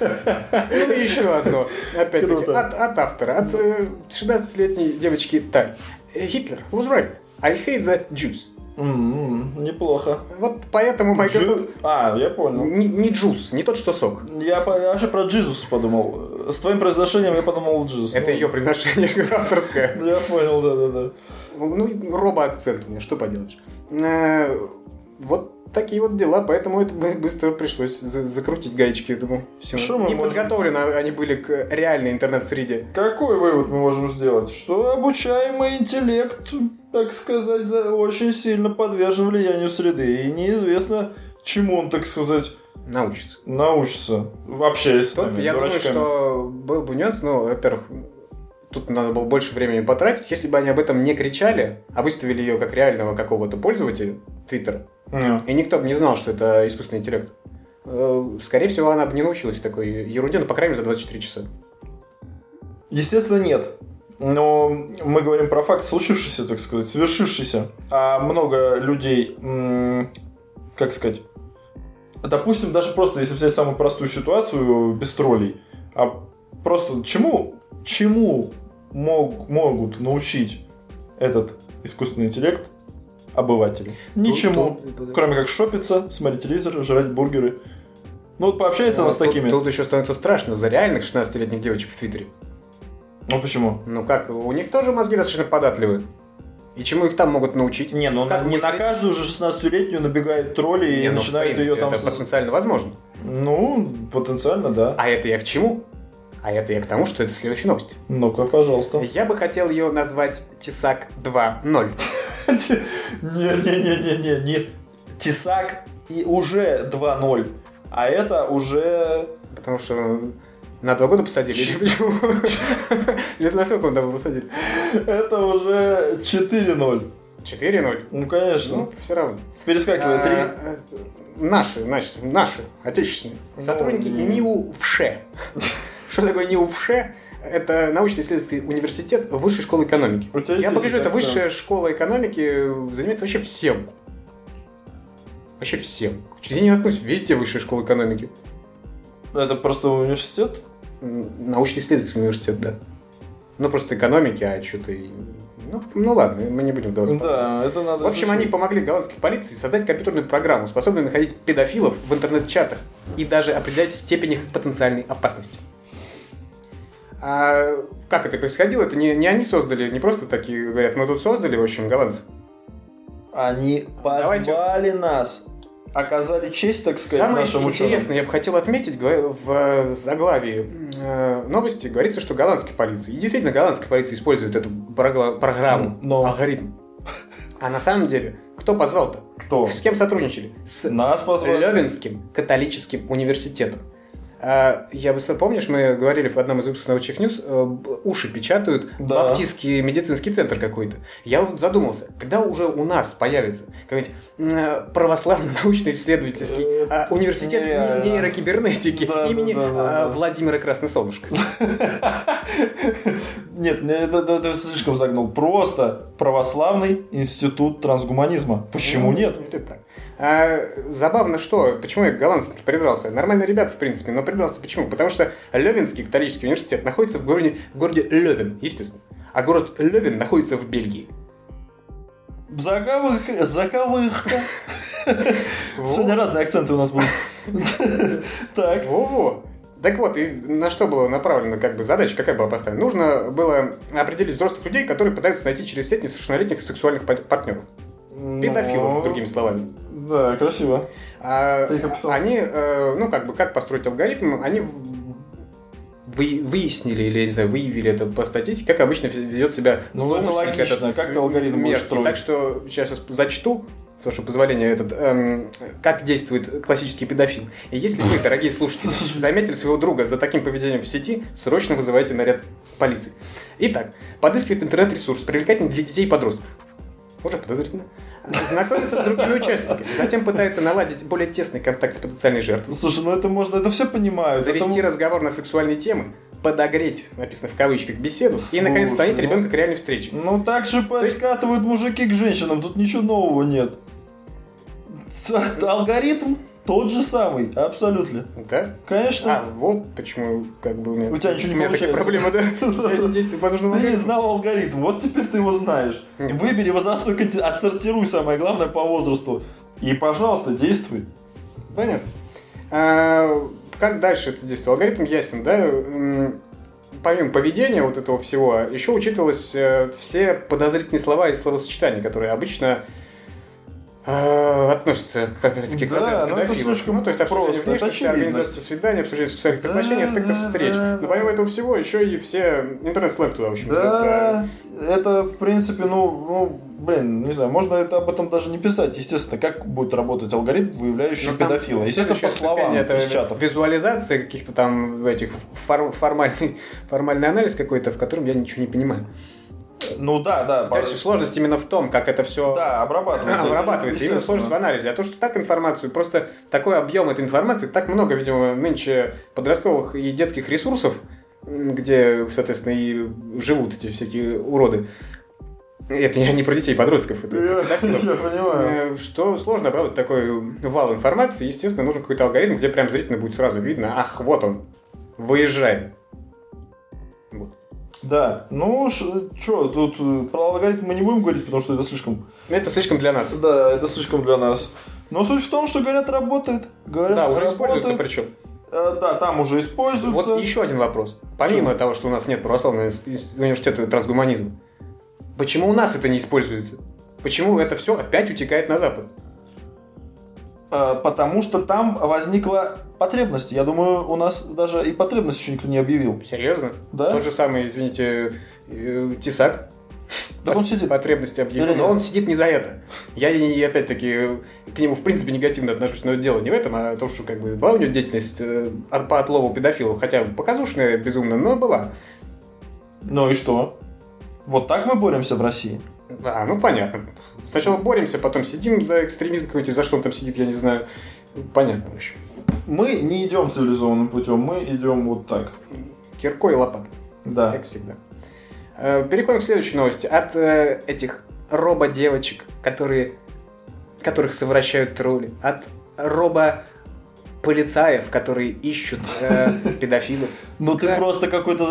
Speaker 1: Ну и еще одно. Опять-таки,
Speaker 2: Круто.
Speaker 1: от, от автора, от э, 16-летней девочки Тай. Гитлер was right. I hate the Jews.
Speaker 2: М-м, Неплохо.
Speaker 1: Вот поэтому Microsoft...
Speaker 2: Джи- А, я понял.
Speaker 1: Не, не Джуз, не тот, что сок.
Speaker 2: Я, по- я вообще про Джизус подумал. С твоим произношением я подумал Джизус.
Speaker 1: Это
Speaker 2: Ну,
Speaker 1: ее произношение *laughs* я говорю, авторское.
Speaker 2: Я понял, да-да-да.
Speaker 1: Ну, робо-акцент у меня, что поделаешь. Э, Вот такие вот дела, поэтому это бы- быстро пришлось за- закрутить гаечки этому всему.
Speaker 2: Что мы
Speaker 1: Не
Speaker 2: можем?
Speaker 1: подготовлены они были к реальной интернет-среде.
Speaker 2: Какой вывод мы можем сделать? Что обучаемый интеллект, так сказать, за- очень сильно подвержен влиянию среды. И неизвестно, чему он, так сказать,
Speaker 1: Научиться.
Speaker 2: научится. Вообще, если
Speaker 1: Тут, я думаю, что был бы нюанс, ну, во-первых, тут надо было больше времени потратить, если бы они об этом не кричали, а выставили ее как реального какого-то пользователя Твиттера, и никто бы не знал, что это искусственный интеллект. Э, Скорее всего, она бы не научилась такой ерунде, ну, по крайней мере, за 24 часа.
Speaker 2: Естественно, нет. Но мы говорим про факт, случившийся, так сказать, свершившийся. А много людей, м, как сказать, допустим, даже просто, если взять самую простую ситуацию, без троллей, а просто чему, чему мог- могут научить этот искусственный интеллект обыватели? Ничему.
Speaker 1: Ну, Тут- тут-
Speaker 2: Кроме как шопиться, смотреть телевизор, жрать бургеры. Ну вот пообщается она с
Speaker 1: Тут-
Speaker 2: такими.
Speaker 1: Тут, еще становится страшно за реальных 16-летних девочек в Твиттере.
Speaker 2: Ну почему?
Speaker 1: Ну как, у них тоже мозги достаточно податливые. И чему их там могут научить?
Speaker 2: Не, ну
Speaker 1: Как
Speaker 2: на- не на
Speaker 1: мыслить?
Speaker 2: каждую же 16-летнюю набегают тролли и
Speaker 1: Не, ну, в
Speaker 2: начинают
Speaker 1: принципе,
Speaker 2: ее там...
Speaker 1: Это
Speaker 2: с-
Speaker 1: потенциально возможно.
Speaker 2: Ну, потенциально, да.
Speaker 1: А это я к чему? А это я к тому, что это следующая новость.
Speaker 2: Ну-ка, пожалуйста. *laughs*
Speaker 1: Я бы хотел ее назвать Тесак 2.0.
Speaker 2: Не-не-не-не-не, не. Тесак и уже 2-0. А это уже...
Speaker 1: Потому что На два года посадили? Или *laughs* почему? Или на сколько он давно посадили?
Speaker 2: Это уже 4-0.
Speaker 1: 4-0?
Speaker 2: Ну, конечно.
Speaker 1: Ну, все равно.
Speaker 2: Перескакивая 3.
Speaker 1: А, э, Наши, значит, наши, отечественные.
Speaker 2: Ну,
Speaker 1: Сотрудники
Speaker 2: м.
Speaker 1: НИУ ВШЭ. Что такое НИУ ВШЭ? Это научно-исследовательский университет Высшей школы экономики.
Speaker 2: У тебя
Speaker 1: Я
Speaker 2: здесь
Speaker 1: покажу, это
Speaker 2: акцент.
Speaker 1: Высшая школа экономики э, занимается вообще всем. Вообще всем. Чуть я не наткнусь, везде Высшая школа экономики.
Speaker 2: Это просто университет?
Speaker 1: М, Научно-исследовательский университет, да. Ну, просто экономики, а что-то... и- Ну, ну ладно, мы не будем вдаваться.
Speaker 2: Да, это надо...
Speaker 1: В общем, они
Speaker 2: изучить.
Speaker 1: помогли голландской полиции создать компьютерную программу, способную находить педофилов в интернет-чатах и даже определять степень их потенциальной опасности. А как это происходило? Это не, не они создали, не просто такие говорят, мы тут создали, в общем, голландцы.
Speaker 2: Они позвали
Speaker 1: Давайте.
Speaker 2: нас. Оказали честь, так сказать,
Speaker 1: Самое
Speaker 2: нашим
Speaker 1: интересное,
Speaker 2: ученым.
Speaker 1: я бы хотел отметить, гва- в э, заглавии э, новости говорится, что голландская полиция, и действительно голландская полиция использует эту прогла- программу,
Speaker 2: Но-
Speaker 1: алгоритм. А на самом деле, кто позвал-то?
Speaker 2: Кто?
Speaker 1: С кем сотрудничали? С
Speaker 2: Нас позвали.
Speaker 1: Левинским католическим университетом. А, я бы помнишь, мы говорили в одном из выпусков научих ньюс, э, б- уши печатают,
Speaker 2: Да.
Speaker 1: баптистский медицинский центр какой-то. Я вот задумался, когда уже у нас появится какой-нибудь м, э, православный *laughs* научно-исследовательский
Speaker 2: Э,
Speaker 1: а, университет не-
Speaker 2: нереально.
Speaker 1: нейрокибернетики
Speaker 2: Да, да,
Speaker 1: имени
Speaker 2: да, да,
Speaker 1: а,
Speaker 2: да.
Speaker 1: Владимира Красносолнышко.
Speaker 2: Нет, не- это, это- это слишком загнул. Просто православный институт трансгуманизма. Почему
Speaker 1: Ну,
Speaker 2: нет?
Speaker 1: это так. А, забавно, что, почему я к голландцам придрался? Нормальные ребята, в принципе, но придрался почему? Потому что Левинский католический университет находится в городе, в городе Левин, естественно. А город Левин находится в Бельгии.
Speaker 2: Заковых... Заковыхка.
Speaker 1: Вот.
Speaker 2: Сегодня разные акценты у нас будут. Так.
Speaker 1: Во-во. Так вот, и на что была направлена как бы задача, какая была поставлена? Нужно было определить взрослых людей, которые пытаются найти через сеть несовершеннолетних сексуальных пар- партнеров. Педофилов,
Speaker 2: Ну,
Speaker 1: другими словами.
Speaker 2: Да, красиво.
Speaker 1: А,
Speaker 2: Ты их описал.
Speaker 1: они, э, ну, как бы, как построить алгоритм, они в- вы- выяснили, или, я не знаю, выявили это по статистике, как обычно ведет себя...
Speaker 2: Ну, это
Speaker 1: злоумышленник
Speaker 2: логично.
Speaker 1: этот
Speaker 2: Как ты алгоритм будешь
Speaker 1: мерзкий.
Speaker 2: строить?
Speaker 1: Так что сейчас я зачту, с вашего позволения, этот, эм, как действует классический педофил. И если вы, дорогие
Speaker 2: *laughs*
Speaker 1: слушатели, заметили своего друга за таким поведением в сети, срочно вызывайте наряд полиции. Итак, подыскивает интернет-ресурс, привлекательный для детей и подростков. Уже подозрительно. Знакомится с другими участниками. Затем пытается наладить более тесный контакт с потенциальной жертвой.
Speaker 2: Слушай, ну это можно, это все понимаю.
Speaker 1: Завести
Speaker 2: Потому-
Speaker 1: разговор на сексуальные темы. Подогреть, написано в кавычках, беседу. И, наконец,
Speaker 2: Слушай,
Speaker 1: склонить
Speaker 2: ну-
Speaker 1: ребенка к реальной встрече.
Speaker 2: Ну так же
Speaker 1: есть-
Speaker 2: подкатывают мужики к женщинам, тут ничего нового нет.
Speaker 1: Э.
Speaker 2: Ц- Алгоритм тот же самый, абсолютно.
Speaker 1: Да?
Speaker 2: Конечно.
Speaker 1: А, вот почему, как бы, у меня...
Speaker 2: У тебя ничего не
Speaker 1: у меня такая
Speaker 2: получается.
Speaker 1: проблема,
Speaker 2: *laughs*
Speaker 1: да? Я не действую по нужному
Speaker 2: Ты не
Speaker 1: алгоритму.
Speaker 2: Ну, знал алгоритм, вот теперь ты его знаешь.
Speaker 1: Мгм.
Speaker 2: Выбери возрастной континент, отсортируй самое главное по возрасту. И, пожалуйста, действуй.
Speaker 1: Понятно. А, как дальше это действие? Алгоритм ясен, да? М, Помимо поведения вот этого всего, еще учитывалось э, все подозрительные слова и словосочетания, которые обычно э, относятся к опять-таки к
Speaker 2: Да,
Speaker 1: разряду
Speaker 2: ну это
Speaker 1: педофилов.
Speaker 2: слишком
Speaker 1: ну, то есть обсуждение
Speaker 2: просто, это
Speaker 1: внешности,
Speaker 2: очевидно.
Speaker 1: организация свиданий, обсуждение сексуальных
Speaker 2: Да,
Speaker 1: предпочтений, аспектов
Speaker 2: да,
Speaker 1: встреч.
Speaker 2: да,
Speaker 1: Но помимо
Speaker 2: да.
Speaker 1: этого всего, еще и все интернет-сленг туда, в общем,
Speaker 2: Да, это, в принципе, ну, ну, блин, не знаю, можно это об этом даже не писать. Естественно, как будет работать алгоритм, выявляющий
Speaker 1: Ну, там
Speaker 2: педофила? Естественно, по
Speaker 1: следующая
Speaker 2: словам
Speaker 1: ступень это
Speaker 2: из чатов.
Speaker 1: Визуализация каких-то там этих фор- формальный, формальный анализ какой-то, в котором я ничего не понимаю.
Speaker 2: Ну да, да.
Speaker 1: То есть сложность именно в том, как это все
Speaker 2: Да, обрабатывается.
Speaker 1: обрабатывается. Именно
Speaker 2: Естественно.
Speaker 1: сложность в анализе. А то, что так информацию, просто такой объем этой информации, так много, видимо, нынче подростковых и детских ресурсов, м, где, соответственно, и живут эти всякие уроды. Это я не про детей, подростков. Это про
Speaker 2: Я
Speaker 1: педофилов.
Speaker 2: *laughs* я понимаю.
Speaker 1: Э, Что сложно обработать такой вал информации, естественно, нужен какой-то алгоритм, где прям зрительно будет сразу видно, ах, вот он, выезжаем. Вот.
Speaker 2: Да, ну что, тут э, про алгоритм мы не будем говорить, потому что это слишком...
Speaker 1: Ну, Это слишком для нас.
Speaker 2: Да, это слишком для нас. Но суть в том, что говорят, работает. Говорят,
Speaker 1: Да, уже
Speaker 2: работает.
Speaker 1: используется причем.
Speaker 2: Э, да, там уже используется.
Speaker 1: Вот еще один вопрос. Помимо того, что у нас нет православного инс- инс- университета трансгуманизма, почему у нас это не используется? Почему это все опять утекает на Запад?
Speaker 2: Э, потому что там возникла потребность. Я думаю, у нас даже и потребность еще никто не объявил.
Speaker 1: Серьезно?
Speaker 2: Да?
Speaker 1: Тот же самый, извините, э, Тесак.
Speaker 2: Так он сидит.
Speaker 1: потребности объявил. Но он сидит не за это. Я, не- и опять-таки, э, к нему, в принципе, негативно отношусь. Но дело не в этом, а в том, что как бы была у него деятельность э, от- по отлову педофилов. Хотя показушная безумно, но была.
Speaker 2: Ну и что? Вот так мы боремся в России.
Speaker 1: А, ну понятно. Сначала боремся, потом сидим за экстремизм какой-то, за что он там сидит, я не знаю. Понятно, в общем.
Speaker 2: Мы не идем цивилизованным путем, мы идем вот так.
Speaker 1: Киркой и лопатой.
Speaker 2: Да.
Speaker 1: Как всегда. Э, Переходим к следующей новости. От э, этих робо-девочек, которые, которых совращают тролли. От робо-полицаев, которые ищут
Speaker 2: *laughs*
Speaker 1: э, педофилов.
Speaker 2: Ну ты
Speaker 1: Как-
Speaker 2: просто какой-то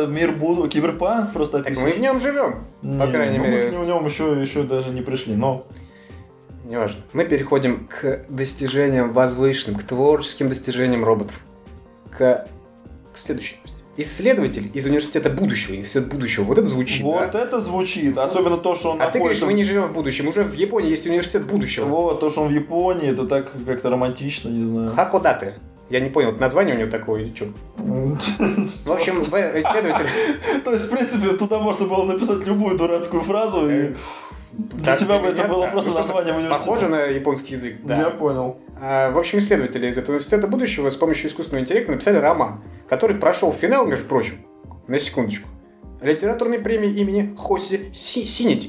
Speaker 2: э, мир буду, киберпанк просто
Speaker 1: Так мы
Speaker 2: описываешь.
Speaker 1: в нем живем. по
Speaker 2: Не,
Speaker 1: крайней
Speaker 2: ну, мы
Speaker 1: мере.
Speaker 2: к нем еще, еще даже не пришли, но...
Speaker 1: Неважно. Мы переходим к достижениям возвышенным, к творческим достижениям роботов. К следующей новости. Исследователь из университета будущего, институт будущего. Вот это звучит,
Speaker 2: вот
Speaker 1: да?
Speaker 2: это звучит, особенно то, что он
Speaker 1: А ты говоришь,
Speaker 2: находится...
Speaker 1: мы не живем в будущем. Уже в Японии есть университет будущего.
Speaker 2: Вот, то, что он в Японии, это так как-то романтично, не *laughs* знаю.
Speaker 1: Хакодате. А Я не понял, это название у него такое или что? В общем, в- исследователь...
Speaker 2: То есть, в принципе, туда можно было написать любую дурацкую фразу, и *laughs* для
Speaker 1: Так,
Speaker 2: тебя бы это
Speaker 1: меня-
Speaker 2: было
Speaker 1: да,
Speaker 2: просто
Speaker 1: ну, что-то
Speaker 2: названием
Speaker 1: Похоже на
Speaker 2: университета.
Speaker 1: японский язык,
Speaker 2: Я
Speaker 1: да.
Speaker 2: понял.
Speaker 1: А, В общем, исследователи из этого университета будущего с помощью искусственного интеллекта написали роман, который прошел финал, между прочим, на секундочку, литературной премии имени Хоси Си- Синити.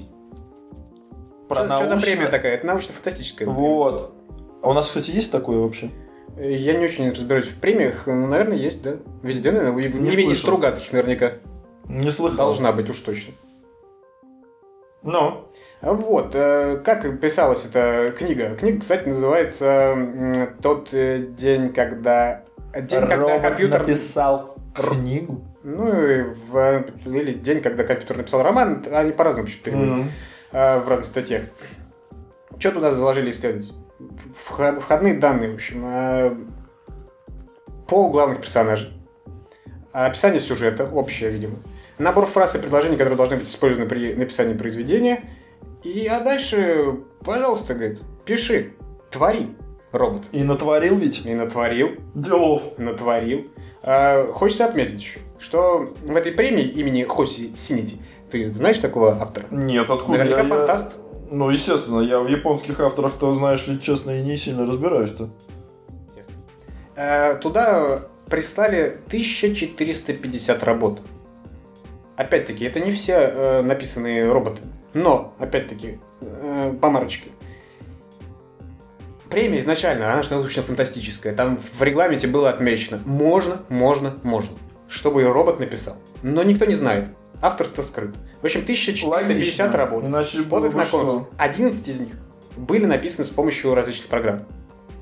Speaker 2: Про
Speaker 1: что, за премия
Speaker 2: научное...
Speaker 1: такая? Это научно-фантастическая.
Speaker 2: Вот. А у нас, кстати, есть такое вообще?
Speaker 1: Я не очень разбираюсь в премиях, но, наверное, есть, да. Везде, наверное, у не,
Speaker 2: Не
Speaker 1: менее
Speaker 2: слышал.
Speaker 1: Стругацких наверняка.
Speaker 2: Не слыхал.
Speaker 1: Должна быть уж точно.
Speaker 2: Ну,
Speaker 1: Вот, э, как писалась эта книга? Книга, кстати, называется м, «Тот э, день, когда...» День, когда
Speaker 2: Робот
Speaker 1: компьютер...
Speaker 2: написал книгу.
Speaker 1: Ну, и в- или «День, когда компьютер написал роман», они по-разному вообще переводят,
Speaker 2: М.
Speaker 1: э, в разных статьях. Что туда заложили исследователи? Вход- Входные данные, в общем. э, Пол главных персонажей. А Описание сюжета, общее, видимо. Набор фраз и предложений, которые должны быть использованы при написании произведения. И, а дальше, пожалуйста, говорит, пиши, твори, робот.
Speaker 2: И натворил ведь
Speaker 1: И натворил,
Speaker 2: делов.
Speaker 1: натворил. А, хочется отметить еще, что в этой премии имени Хоси Синити, ты знаешь такого автора?
Speaker 2: Нет, откуда?
Speaker 1: Наверняка
Speaker 2: Я- я-
Speaker 1: фантаст.
Speaker 2: Ну, естественно, я в японских авторах-то, знаешь ли, честно, и не сильно разбираюсь-то.
Speaker 1: Э, Туда прислали 1450 работ. Опять-таки, это не все э, написанные роботы. Но, опять-таки, э, по марочке. Премия изначально, она же научно-фантастическая. Там в регламенте было отмечено «можно, можно, можно», чтобы ее робот написал. Но никто не знает. Авторство скрыто. В общем, 1450
Speaker 2: Логично.
Speaker 1: работ.
Speaker 2: Иначе
Speaker 1: Вот
Speaker 2: было
Speaker 1: их
Speaker 2: бы
Speaker 1: на
Speaker 2: что?
Speaker 1: конкурс. 11 из них были написаны с помощью различных программ.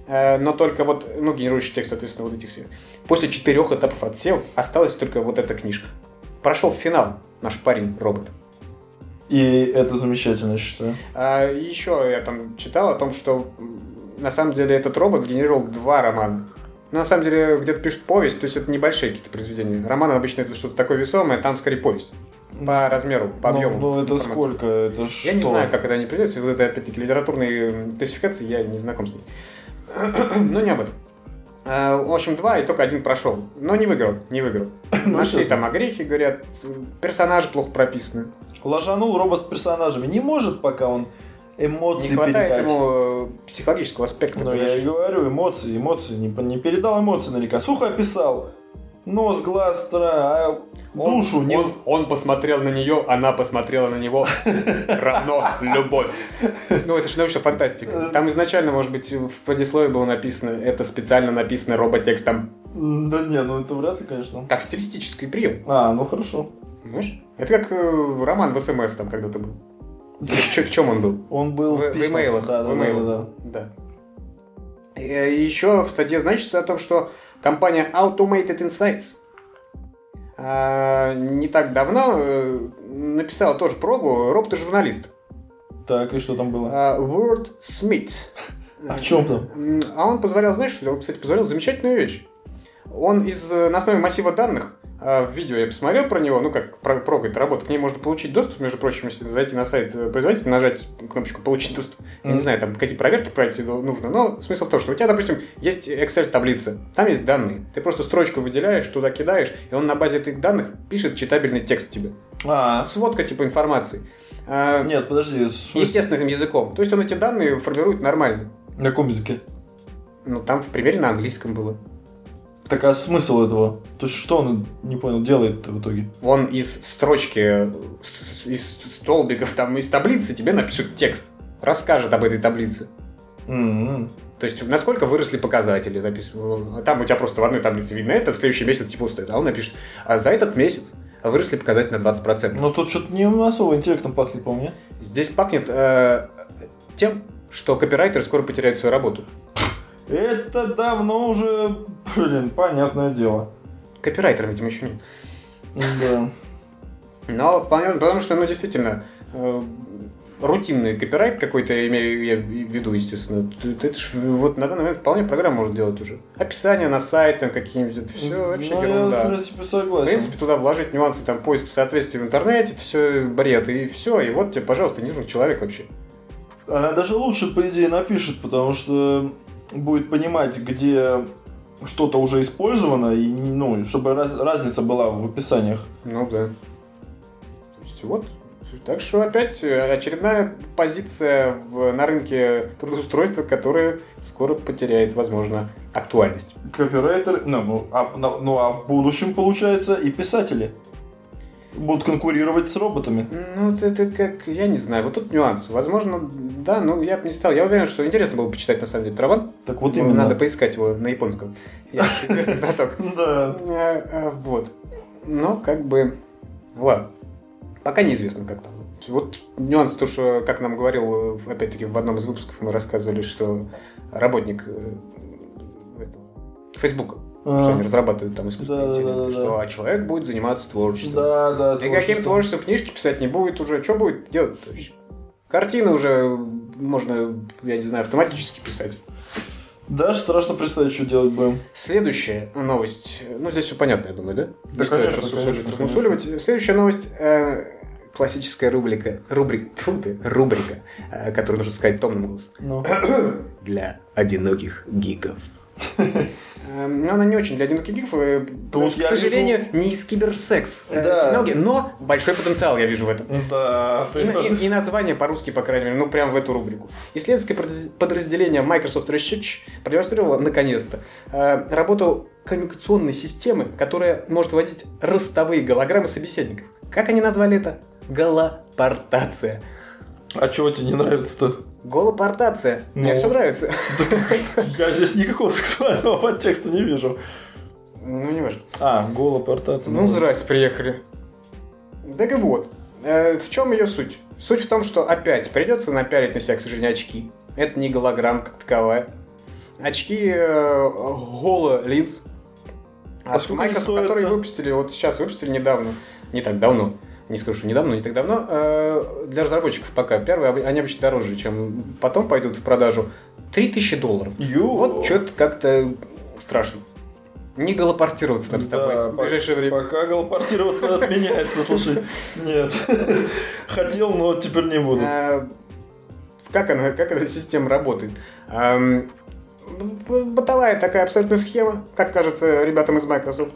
Speaker 1: Э, Но только вот, ну, генерирующий текст, соответственно, вот этих всех. После четырех этапов отсев осталась только вот эта книжка. Прошел финал наш парень робот.
Speaker 2: И это замечательно, я считаю.
Speaker 1: А еще я там читал о том, что м, на самом деле этот робот сгенерировал два романа. Но на самом деле где-то пишет повесть, то есть это небольшие какие-то произведения. Роман обычно это что-то такое весомое, там скорее повесть. По размеру, по
Speaker 2: Ну,
Speaker 1: объему.
Speaker 2: Ну, это
Speaker 1: информации.
Speaker 2: сколько? Это что?
Speaker 1: Я не знаю, как это они придется. Вот это, опять-таки, литературные м, классификации, я не знаком с ней. *clears throat* Но не об этом. А, В общем, два, и только один прошел. Но не выиграл, не *clears throat* выиграл.
Speaker 2: Ну,
Speaker 1: Нашли
Speaker 2: честно.
Speaker 1: там огрехи, говорят, персонажи плохо прописаны.
Speaker 2: Ложанул робот с персонажами. Не может пока он
Speaker 1: Не
Speaker 2: эмоции
Speaker 1: хватает
Speaker 2: передать.
Speaker 1: ему э, психологического аспекта.
Speaker 2: Ну, я и
Speaker 1: понимаешь?
Speaker 2: говорю, эмоции, эмоции. Не, по- не передал эмоции наверняка. Сухо описал. Нос, глаз, стра, а
Speaker 1: Он-
Speaker 2: душу не...
Speaker 1: он, он посмотрел на нее, она посмотрела на *laughs* него. Равно любовь. Э. Ну, это же научная фантастика. Там изначально, может быть, в предисловии было написано, это специально написано роботекстом,
Speaker 2: М, Да не, ну это вряд ли, конечно.
Speaker 1: как стилистический прием.
Speaker 2: А, ну хорошо.
Speaker 1: Понимаешь? Это как э, роман в СМС там когда-то был. Чё- В чем он был?
Speaker 2: Он был
Speaker 1: В-
Speaker 2: в
Speaker 1: в
Speaker 2: письмах.
Speaker 1: имейлах,
Speaker 2: Да,
Speaker 1: в
Speaker 2: да, да,
Speaker 1: имейлах.
Speaker 2: да, да.
Speaker 1: Да. Еще э, в статье значится о том, что компания Automated Insights а, не так давно э, написала тоже пробу робота-журналист
Speaker 2: Так, и что там было?
Speaker 1: Word Smith.
Speaker 2: А в чем там?
Speaker 1: М, А он позволял, знаешь, что ли? он, кстати, позволял замечательную вещь. Он из, э, на основе массива данных А, в видео я посмотрел про него, ну как про, про какую-то работу. К ней можно получить доступ, между прочим, если зайти на сайт э, производителя, нажать кнопочку «Получить доступ». Я
Speaker 2: Мгм.
Speaker 1: не знаю, там какие проверки пройти дол- нужно, но смысл в том, что у тебя, допустим, есть Excel-таблица, там есть данные. Ты просто строчку выделяешь, туда кидаешь, и он на базе этих данных пишет читабельный текст тебе.
Speaker 2: А,
Speaker 1: Сводка типа информации. А,
Speaker 2: нет, подожди, с-
Speaker 1: Естественным языком. То есть он эти данные формирует нормально.
Speaker 2: на каком языке?
Speaker 1: Ну, там в примере на английском было.
Speaker 2: Так а смысл этого? То есть что он, не понял, делает в итоге?
Speaker 1: он из строчки, э, с- с- из столбиков, там, из таблицы тебе напишет текст, расскажет об этой таблице.
Speaker 2: М,
Speaker 1: То есть, насколько выросли показатели. написано. Там у тебя просто в одной таблице видно это, в следующий месяц типа стоит. А он напишет, а за этот месяц выросли показатели на 20%.
Speaker 2: м. Ну тут что-то не особо интеллектом пахнет по мне.
Speaker 1: Здесь пахнет э, тем, что копирайтеры скоро потеряют свою работу.
Speaker 2: Это давно уже, блин, понятное дело.
Speaker 1: Копирайтером этим еще нет.
Speaker 2: Да.
Speaker 1: Но вполне, потому что, ну, действительно, э, рутинный копирайт какой-то, я имею я в виду, естественно. Т- т- Это ж вот на данный момент вполне программа может делать уже. Описание на сайт, там какие-нибудь, это все вообще
Speaker 2: Ну,
Speaker 1: ерунда.
Speaker 2: Я, в принципе,
Speaker 1: В
Speaker 2: согласен.
Speaker 1: принципе, туда вложить нюансы, там, поиск соответствий в интернете, все бред, и все, и вот тебе, пожалуйста, не нужен человек вообще.
Speaker 2: Она даже лучше, по идее, напишет, потому что будет понимать, где что-то уже использовано, и, ну, чтобы раз- разница была в описаниях.
Speaker 1: Ну да. То есть вот. Так что опять э, очередная позиция в- на рынке трудоустройства, которая скоро потеряет, возможно, актуальность.
Speaker 2: Копирайтер, ну, ну, а, ну, ну, а в будущем, получается, и писатели будут конкурировать с роботами.
Speaker 1: Ну, вот это как, я не знаю, вот тут нюанс. Возможно, да, но я бы не стал. Я уверен, что интересно было почитать, на самом деле, Траван.
Speaker 2: Так вот
Speaker 1: Ну,
Speaker 2: именно.
Speaker 1: Надо поискать его на японском. Я известный знаток.
Speaker 2: Да.
Speaker 1: Э, э, Вот. Но как бы... Ладно. Пока неизвестно, как там. Вот нюанс то, что, как нам говорил, э, в- опять-таки, в одном из выпусков мы рассказывали, что работник э, этого, Фейсбука, что
Speaker 2: А,
Speaker 1: они разрабатывают там искусственный
Speaker 2: Да-да-да-да.
Speaker 1: интеллект, что а человек будет заниматься творчеством.
Speaker 2: А, Да, да.
Speaker 1: И каким творчеством книжки писать не будет уже. Что будет делать вообще? Картины уже можно, я не знаю, автоматически писать.
Speaker 2: Даже страшно представить, что делать будем.
Speaker 1: Следующая новость. Ну, здесь все понятно, я думаю, да?
Speaker 2: Да,
Speaker 1: не стоит
Speaker 2: конечно,
Speaker 1: рассусоливать,
Speaker 2: конечно, конечно.
Speaker 1: размусоливать. Следующая новость. э, классическая рубрика. Рубрик, *laughs* тьфу ты, рубрика, э, которую нужно сказать томным голосом. *coughs*
Speaker 2: Ну.
Speaker 1: Для одиноких
Speaker 2: *laughs*
Speaker 1: гиков. Эм, Но она не очень для одиноких гиков, э, потому что,
Speaker 2: я
Speaker 1: к
Speaker 2: вижу-
Speaker 1: сожалению, не из киберсекс э,
Speaker 2: Да.
Speaker 1: технологии, но большой потенциал я вижу в этом.
Speaker 2: Да,
Speaker 1: Ну, И, и- и название по-русски, по крайней мере, ну прям в эту рубрику. Исследовательское подраз- подразделение Microsoft Research продемонстрировало, наконец-то, э, работу коммуникационной системы, которая может вводить ростовые голограммы собеседников. Как они назвали это? Голопортация.
Speaker 2: А чего тебе не нравится-то?
Speaker 1: Голопортация. Мне
Speaker 2: Ну.
Speaker 1: все нравится.
Speaker 2: Я здесь никакого сексуального подтекста не вижу.
Speaker 1: Ну, не важно.
Speaker 2: А, голопортация.
Speaker 1: Ну, здрасте, приехали. Так и вот. Э, в чем ее суть? Суть в том, что опять придется напялить на себя, к сожалению, очки. Это не голограмма как таковая. Очки э, голо линз.
Speaker 2: А
Speaker 1: От
Speaker 2: сколько они
Speaker 1: Microsoft,
Speaker 2: стоят-то?
Speaker 1: которые выпустили, вот сейчас выпустили недавно, не так давно, не скажу, что недавно, не так давно, э, для разработчиков пока. Первые, об- они обычно дороже, чем потом пойдут в продажу. 3000 долларов.
Speaker 2: Ю.
Speaker 1: Ну, Вот что-то как-то страшно. Не голопортироваться нам с тобой
Speaker 2: Да,
Speaker 1: в ближайшее
Speaker 2: пок-
Speaker 1: время.
Speaker 2: Пока голопортироваться отменяется, слушай. Нет. *laughs* Хотел, но теперь не буду.
Speaker 1: А, Как она, как эта система работает? Ам, б- Бытовая такая абсолютно схема, как кажется ребятам из Microsoft.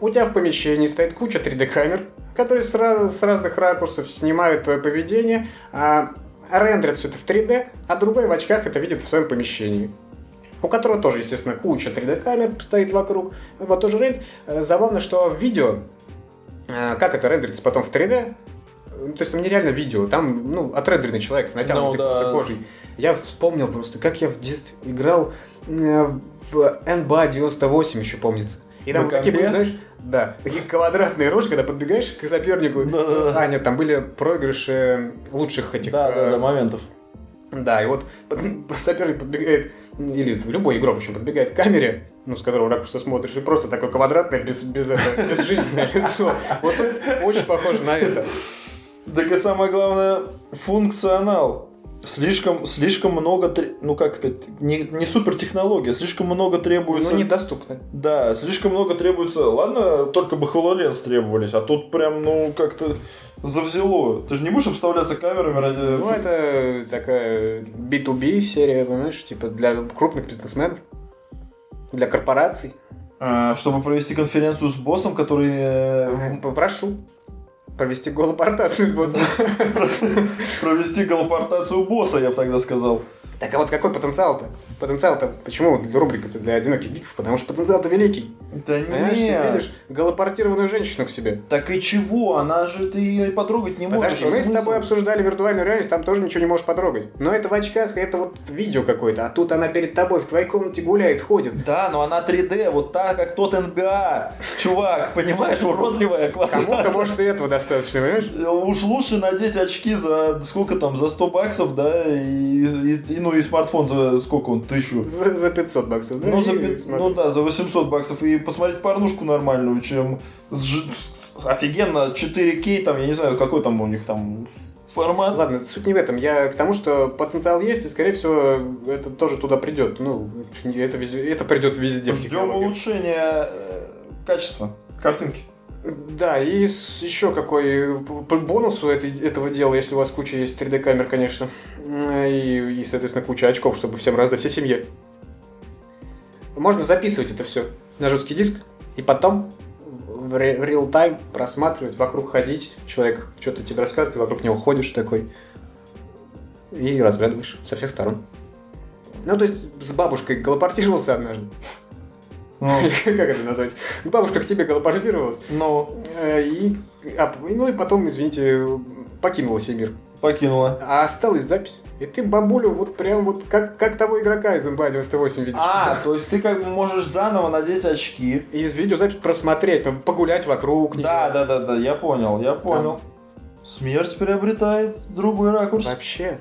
Speaker 1: У тебя в помещении стоит куча 3D-камер, которые с, раз- с разных ракурсов снимают твое поведение, а, рендерят все это в 3D, а другой в очках это видит в своем помещении. У которого тоже, естественно, куча 3D-камер стоит вокруг. Вот тоже рендер. Э, Забавно, что в видео, э, как это рендерится потом в 3D, ну, то есть там нереально видео, там, ну, отрендерный человек с натянутой
Speaker 2: Ну, да.
Speaker 1: просто кожей. Я вспомнил просто, как я в детстве играл э, в NBA 98, еще помнится. И там
Speaker 2: На
Speaker 1: вот такие были,
Speaker 2: компе?
Speaker 1: знаешь, да, такие квадратные рожи, когда подбегаешь к сопернику.
Speaker 2: Да-да-да.
Speaker 1: А, нет, там были проигрыши лучших этих.
Speaker 2: Да, да,
Speaker 1: э,
Speaker 2: да, моментов.
Speaker 1: да, и вот под- *laughs* соперник подбегает, или любой игрок, в общем, подбегает к камере, ну, с которого ракурса смотришь, и просто такое квадратное, без, без этого, *laughs* безжизненное лицо. Вот это очень похоже на это.
Speaker 2: Так и самое главное, функционал. Слишком, слишком много, тре- ну как сказать, не, не супер технология, слишком много требуется...
Speaker 1: Ну, недоступно.
Speaker 2: Да, слишком много требуется. Ладно, только бы HoloLens требовались, а тут прям, ну, как-то завзяло. Ты же не будешь обставляться камерами ради...
Speaker 1: Ну, это такая B2B серия, понимаешь, типа для крупных бизнесменов, для корпораций.
Speaker 2: А, чтобы провести конференцию с боссом, который...
Speaker 1: *laughs*
Speaker 2: э,
Speaker 1: Попрошу провести голопортацию с *laughs* боссом.
Speaker 2: в- Провести голопортацию босса, я бы тогда сказал.
Speaker 1: Так а вот какой потенциал-то? Потенциал-то, почему рубрика-то для одиноких гиков? Потому что потенциал-то великий.
Speaker 2: Да
Speaker 1: Понимаешь, ты
Speaker 2: не.
Speaker 1: видишь голопортированную женщину к себе.
Speaker 2: Так и чего? Она же, ты ее потрогать не можешь.
Speaker 1: Подожди, мы
Speaker 2: а
Speaker 1: с тобой
Speaker 2: смысл?
Speaker 1: обсуждали виртуальную реальность, там тоже ничего не можешь потрогать. Но это в очках, это вот видео какое-то, а тут она перед тобой в твоей комнате гуляет, ходит.
Speaker 2: Да, но она 3D, вот так, как тот НБА. Чувак, понимаешь, уродливая квадрат. *laughs*
Speaker 1: Кому-то, может, и этого достаточно, понимаешь?
Speaker 2: Уж лучше надеть очки за сколько там, за 100 баксов, да, и, и- и, ну и смартфон за сколько он, тысячу.
Speaker 1: За, за 500 баксов, да?
Speaker 2: Ну, за
Speaker 1: И
Speaker 2: пи-
Speaker 1: смотри.
Speaker 2: ну да, за 800 баксов и посмотреть порнушку нормальную, чем с жи- с- с- офигенно 4К, там, я не знаю, какой там у них там формат.
Speaker 1: Ладно, суть не в этом. Я к тому, что потенциал есть, и, скорее всего, это тоже туда придет. Ну, это, везде- это придет везде. в
Speaker 2: Ждем
Speaker 1: технологиях.
Speaker 2: улучшения э, качества картинки.
Speaker 1: Да, и с- еще какой п- бонус у этой- этого дела, если у вас куча есть 3D-камер, конечно, Э, и, и, соответственно, куча очков, чтобы всем раздать всей семье. Можно записывать это все на жесткий диск, и потом в ре- в реал-тайм просматривать, вокруг ходить, человек что-то тебе рассказывает, ты вокруг него ходишь такой, и разглядываешь со всех сторон. Ну, то есть с бабушкой голопортировался однажды. *laughs*
Speaker 2: Ну,
Speaker 1: Как это назвать? Бабушка к тебе голопортировалась.
Speaker 2: ну,
Speaker 1: Э, И, а, ну и потом, извините, покинула сей мир.
Speaker 2: покинула.
Speaker 1: А осталась запись. И ты бабулю вот прям вот как, как того игрока из NBA 98 видишь.
Speaker 2: А, то есть ты как бы можешь заново надеть очки.
Speaker 1: И видеозапись просмотреть, ну, погулять вокруг. неё.
Speaker 2: Да, да, да, да, я понял, я понял. Смерть приобретает другой ракурс.
Speaker 1: Вообще,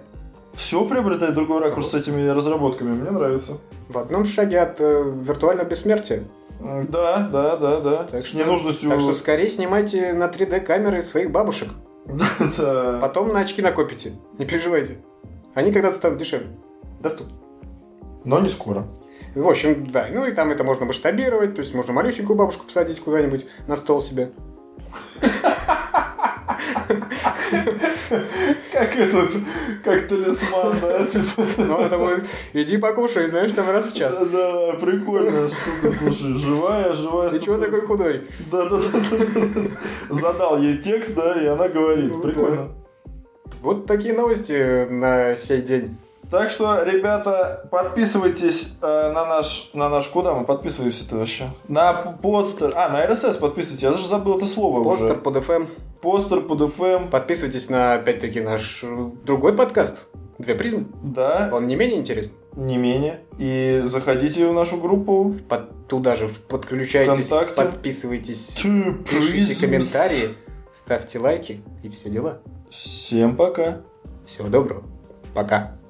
Speaker 2: Все приобретает другой ракурс с этими разработками, мне нравится.
Speaker 1: в одном шаге от э, виртуального бессмертия.
Speaker 2: М, Да, да, да, да.
Speaker 1: Так
Speaker 2: с
Speaker 1: что-
Speaker 2: ненужностью.
Speaker 1: Так
Speaker 2: *laughs*
Speaker 1: что скорее снимайте на 3D камеры своих бабушек.
Speaker 2: Да, да.
Speaker 1: Потом на очки накопите. Не переживайте. Они когда-то станут дешевле. Доступно.
Speaker 2: Но не скоро.
Speaker 1: В общем, да. Ну и там это можно масштабировать. То есть можно малюсенькую бабушку посадить куда-нибудь на стол себе.
Speaker 2: Как этот, как талисман, да, типа.
Speaker 1: Ну, это будет, иди покушай, знаешь, там раз в час.
Speaker 2: *laughs* Да, прикольная штука, слушай, живая, живая.
Speaker 1: Ты чего
Speaker 2: штука.
Speaker 1: такой худой?
Speaker 2: Да, да, да, да. Задал ей текст, да, и она говорит.
Speaker 1: Ну,
Speaker 2: Прикольно.
Speaker 1: Вот такие новости на сей день.
Speaker 2: Так что, ребята, подписывайтесь э, на наш... На наш... Куда мы подписываемся-то вообще? На п- подстер... А, на РСС подписывайтесь. Я даже забыл это слово
Speaker 1: Постер
Speaker 2: уже.
Speaker 1: под FM.
Speaker 2: Постер под эм, FM.
Speaker 1: Подписывайтесь на, опять-таки, наш э, другой подкаст. Две призмы.
Speaker 2: Да,
Speaker 1: Он не менее интересен.
Speaker 2: не менее. И заходите в нашу группу.
Speaker 1: Под- туда же подключайтесь,
Speaker 2: Вконтакте.
Speaker 1: подписывайтесь,
Speaker 2: Two
Speaker 1: пишите
Speaker 2: Prisms.
Speaker 1: комментарии, ставьте лайки и все дела.
Speaker 2: Всем пока.
Speaker 1: Всего доброго. Пока.